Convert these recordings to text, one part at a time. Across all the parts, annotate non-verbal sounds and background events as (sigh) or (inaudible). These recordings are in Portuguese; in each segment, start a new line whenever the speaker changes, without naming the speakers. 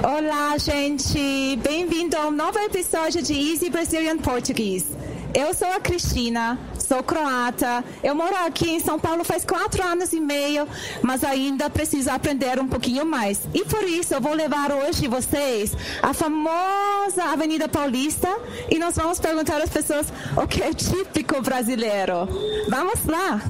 Olá, gente! Bem-vindo a um novo episódio de Easy Brazilian Portuguese. Eu sou a Cristina, sou croata. Eu moro aqui em São Paulo faz quatro anos e meio, mas ainda preciso aprender um pouquinho mais. E por isso eu vou levar hoje vocês à famosa Avenida Paulista e nós vamos perguntar às pessoas o que é típico brasileiro. Vamos lá!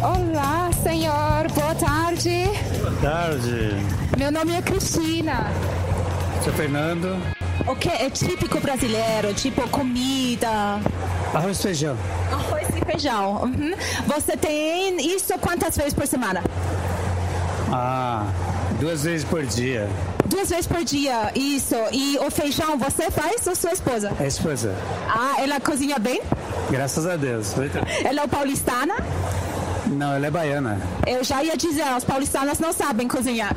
Olá, senhor. Boa tarde.
Boa tarde.
Meu nome é Cristina.
Seu Fernando.
O que é típico brasileiro? Tipo comida.
Arroz e feijão.
Arroz e feijão. Uhum. Você tem isso quantas vezes por semana?
Ah, duas vezes por dia.
Duas vezes por dia, isso. E o feijão você faz ou sua esposa?
É esposa.
Ah, ela cozinha bem?
Graças a Deus. Muito.
Ela é paulistana?
Não, ela é baiana.
Eu já ia dizer, os paulistanos não sabem cozinhar.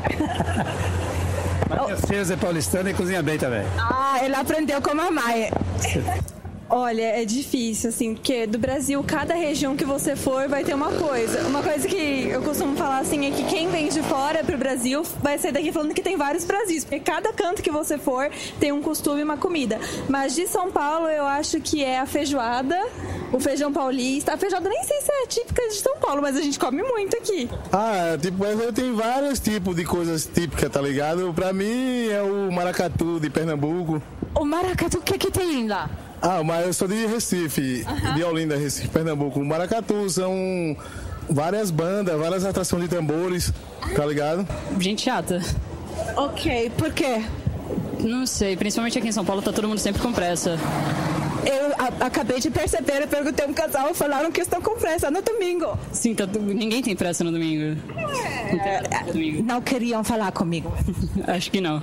Oh.
Mas minha filha é paulistana e cozinha bem também.
Ah, ele aprendeu com a mamãe.
Olha, é difícil, assim, porque do Brasil, cada região que você for vai ter uma coisa. Uma coisa que eu costumo falar, assim, é que quem vem de fora pro Brasil vai sair daqui falando que tem vários Brasis, porque cada canto que você for tem um costume e uma comida. Mas de São Paulo, eu acho que é a feijoada, o feijão paulista. A feijoada nem sei se é típica de São Paulo, mas a gente come muito aqui.
Ah, tipo, mas eu tenho vários tipos de coisas típicas, tá ligado? Pra mim é o maracatu de Pernambuco.
O maracatu, o que, que tem lá?
Ah, mas eu sou de Recife, uhum. de Olinda, Recife, Pernambuco. Maracatu são várias bandas, várias atrações de tambores, tá ligado?
Gente chata.
Ok, por quê?
Não sei, principalmente aqui em São Paulo tá todo mundo sempre com pressa.
Eu a, acabei de perceber, eu perguntei um casal, falaram que estão com pressa no domingo.
Sim, tá, ninguém tem pressa no domingo.
É, não, pressa no domingo. não queriam falar comigo.
(laughs) Acho que não.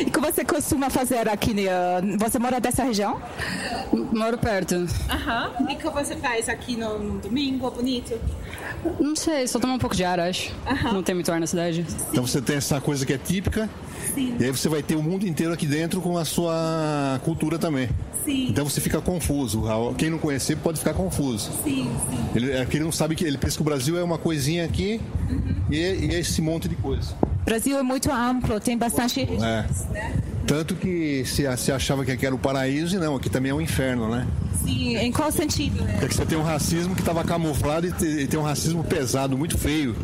E o que você costuma fazer aqui? né, ah, Você mora dessa região?
Moro perto.
Aham. Uh -huh. E o que você faz aqui no, no, domingo, bonito?
Não sei, só tomar um pouco de ar, acho. Uh -huh. Não tem muito ar na cidade. Sim.
Então você tem essa coisa que é típica. Sim. E aí você vai ter o mundo inteiro aqui dentro com a sua cultura também.
Sim.
Então você fica confuso. Quem não conhecer pode ficar confuso.
Sim, sim.
Ele, ele não sabe que ele pensa que o Brasil é uma coisinha aqui uhum. e, e, esse monte de coisa.
O Brasil é muito amplo, tem bastante.
É. Tanto que se, se achava que aqui era o paraíso, e não, aqui também é um inferno, né?
Sim, em qual sentido? Né?
É que você tem um racismo que estava camuflado e tem um racismo pesado, muito feio.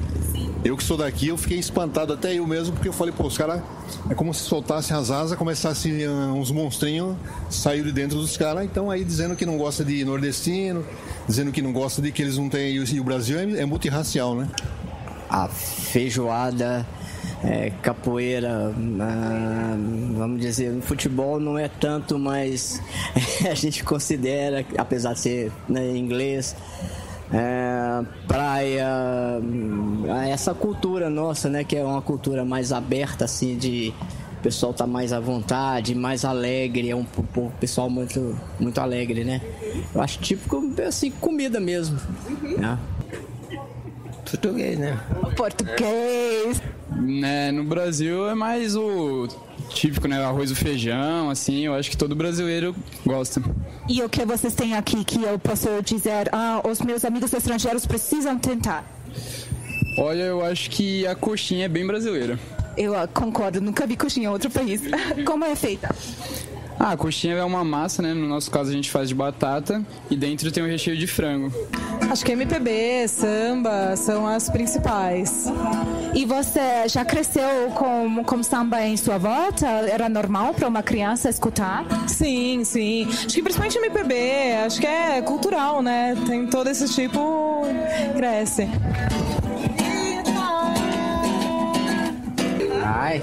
Eu que sou daqui, eu fiquei espantado até eu mesmo, porque eu falei, pô, os caras é como se soltassem as asas, começassem uh, uns monstrinhos, saiu de dentro dos caras, então aí dizendo que não gosta de nordestino, dizendo que não gosta de que eles não têm. E o Brasil é, é multirracial, né?
A feijoada, é, capoeira, ah, vamos dizer, futebol não é tanto, mas (laughs) a gente considera, apesar de ser né, inglês, é, praia, essa cultura nossa, né, que é uma cultura mais aberta, assim, de o pessoal tá mais à vontade, mais alegre, é um, um pessoal muito, muito alegre, né? Eu acho típico, assim, comida mesmo, né?
Português, né?
Português!
Né, no Brasil é mais o típico, né? Arroz e feijão, assim, eu acho que todo brasileiro gosta.
E o que vocês têm aqui que eu posso dizer, ah, os meus amigos estrangeiros precisam tentar?
Olha, eu acho que a coxinha é bem brasileira.
Eu ah, concordo, nunca vi coxinha em outro país. (laughs) Como é feita?
Ah, a coxinha é uma massa, né? No nosso caso a gente faz de batata e dentro tem um recheio de frango.
Acho que MPB, samba são as principais.
E você já cresceu com, com samba em sua volta? Era normal para uma criança escutar?
Sim, sim. Acho que principalmente MPB, acho que é cultural, né? Tem todo esse tipo, cresce.
Ai,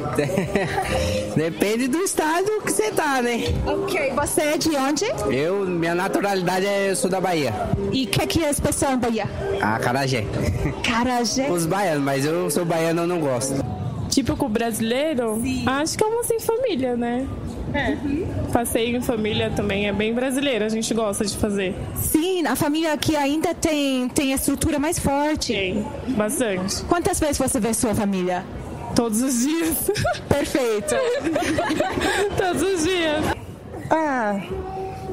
(laughs) depende do estado que você tá, né?
Ok, você é de onde?
Eu, minha naturalidade é eu sou da Bahia.
E o que, que é especial em Bahia?
Ah, carajé.
Carajé?
Os baianos, mas eu sou baiano, eu não gosto.
Típico Tipo brasileiro? Sim. Acho que é almoço em família, né? É. Passeio em família também é bem brasileiro, a gente gosta de fazer.
Sim, a família aqui ainda tem, tem a estrutura mais forte.
Tem, bastante.
Quantas vezes você vê sua família?
Todos os dias. (laughs)
Perfeito.
Todos os dias.
Ah,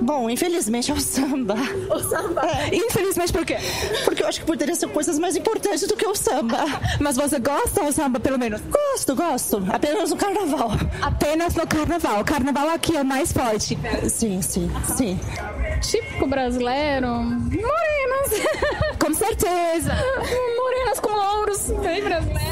Bom, infelizmente é o samba. É.
O samba?
Infelizmente por quê? Porque eu acho que poderia ser coisas mais importantes do que É o samba.
Mas você gosta do samba, pelo menos?
Gosto, gosto. Apenas no carnaval.
Apenas no carnaval. O carnaval aqui é mais forte.
Sim, sim, sim.
Típico brasileiro. Morenas.
(laughs) Com certeza.
(laughs) Morenas com louros. Bem brasileiro.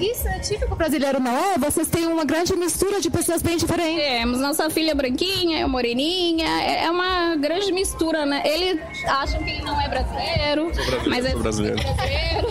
Isso é típico brasileiro, não é? Vocês têm uma grande mistura de pessoas bem diferentes.
Temos nossa filha branquinha, eu moreninha. É é uma grande mistura, né? Ele acha que ele não é brasileiro,
brasileiro,
mas é
sou brasileiro.
brasileiro.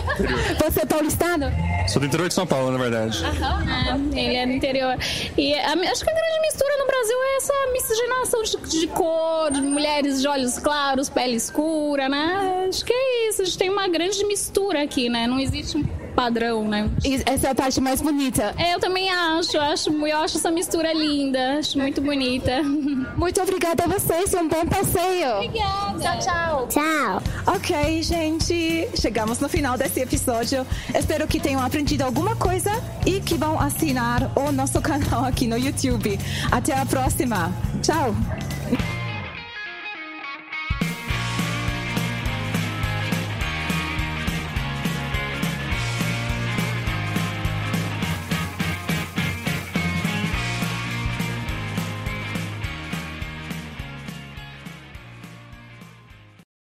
Você é paulistano?
Sou do interior de São Paulo, na verdade.
Aham, é, ele é do interior. E a- acho que a grande mistura no Brasil é essa miscigenação de, de cor, de mulheres de olhos claros, pele escura, né? Acho que é isso. A gente tem uma grande mistura aqui, né? Não existe um padrão, né?
Essa é a parte mais bonita.
É, eu também acho, eu acho, eu acho essa mistura linda, acho muito bonita.
Muito obrigada a vocês, um bom passeio.
Obrigada. Tchau, tchau.
Tchau. Ok, gente, chegamos no final desse episódio. Espero que tenham aprendido alguma coisa e que vão (laughs) assinar o nosso canal aqui no YouTube. Até a próxima. Tchau.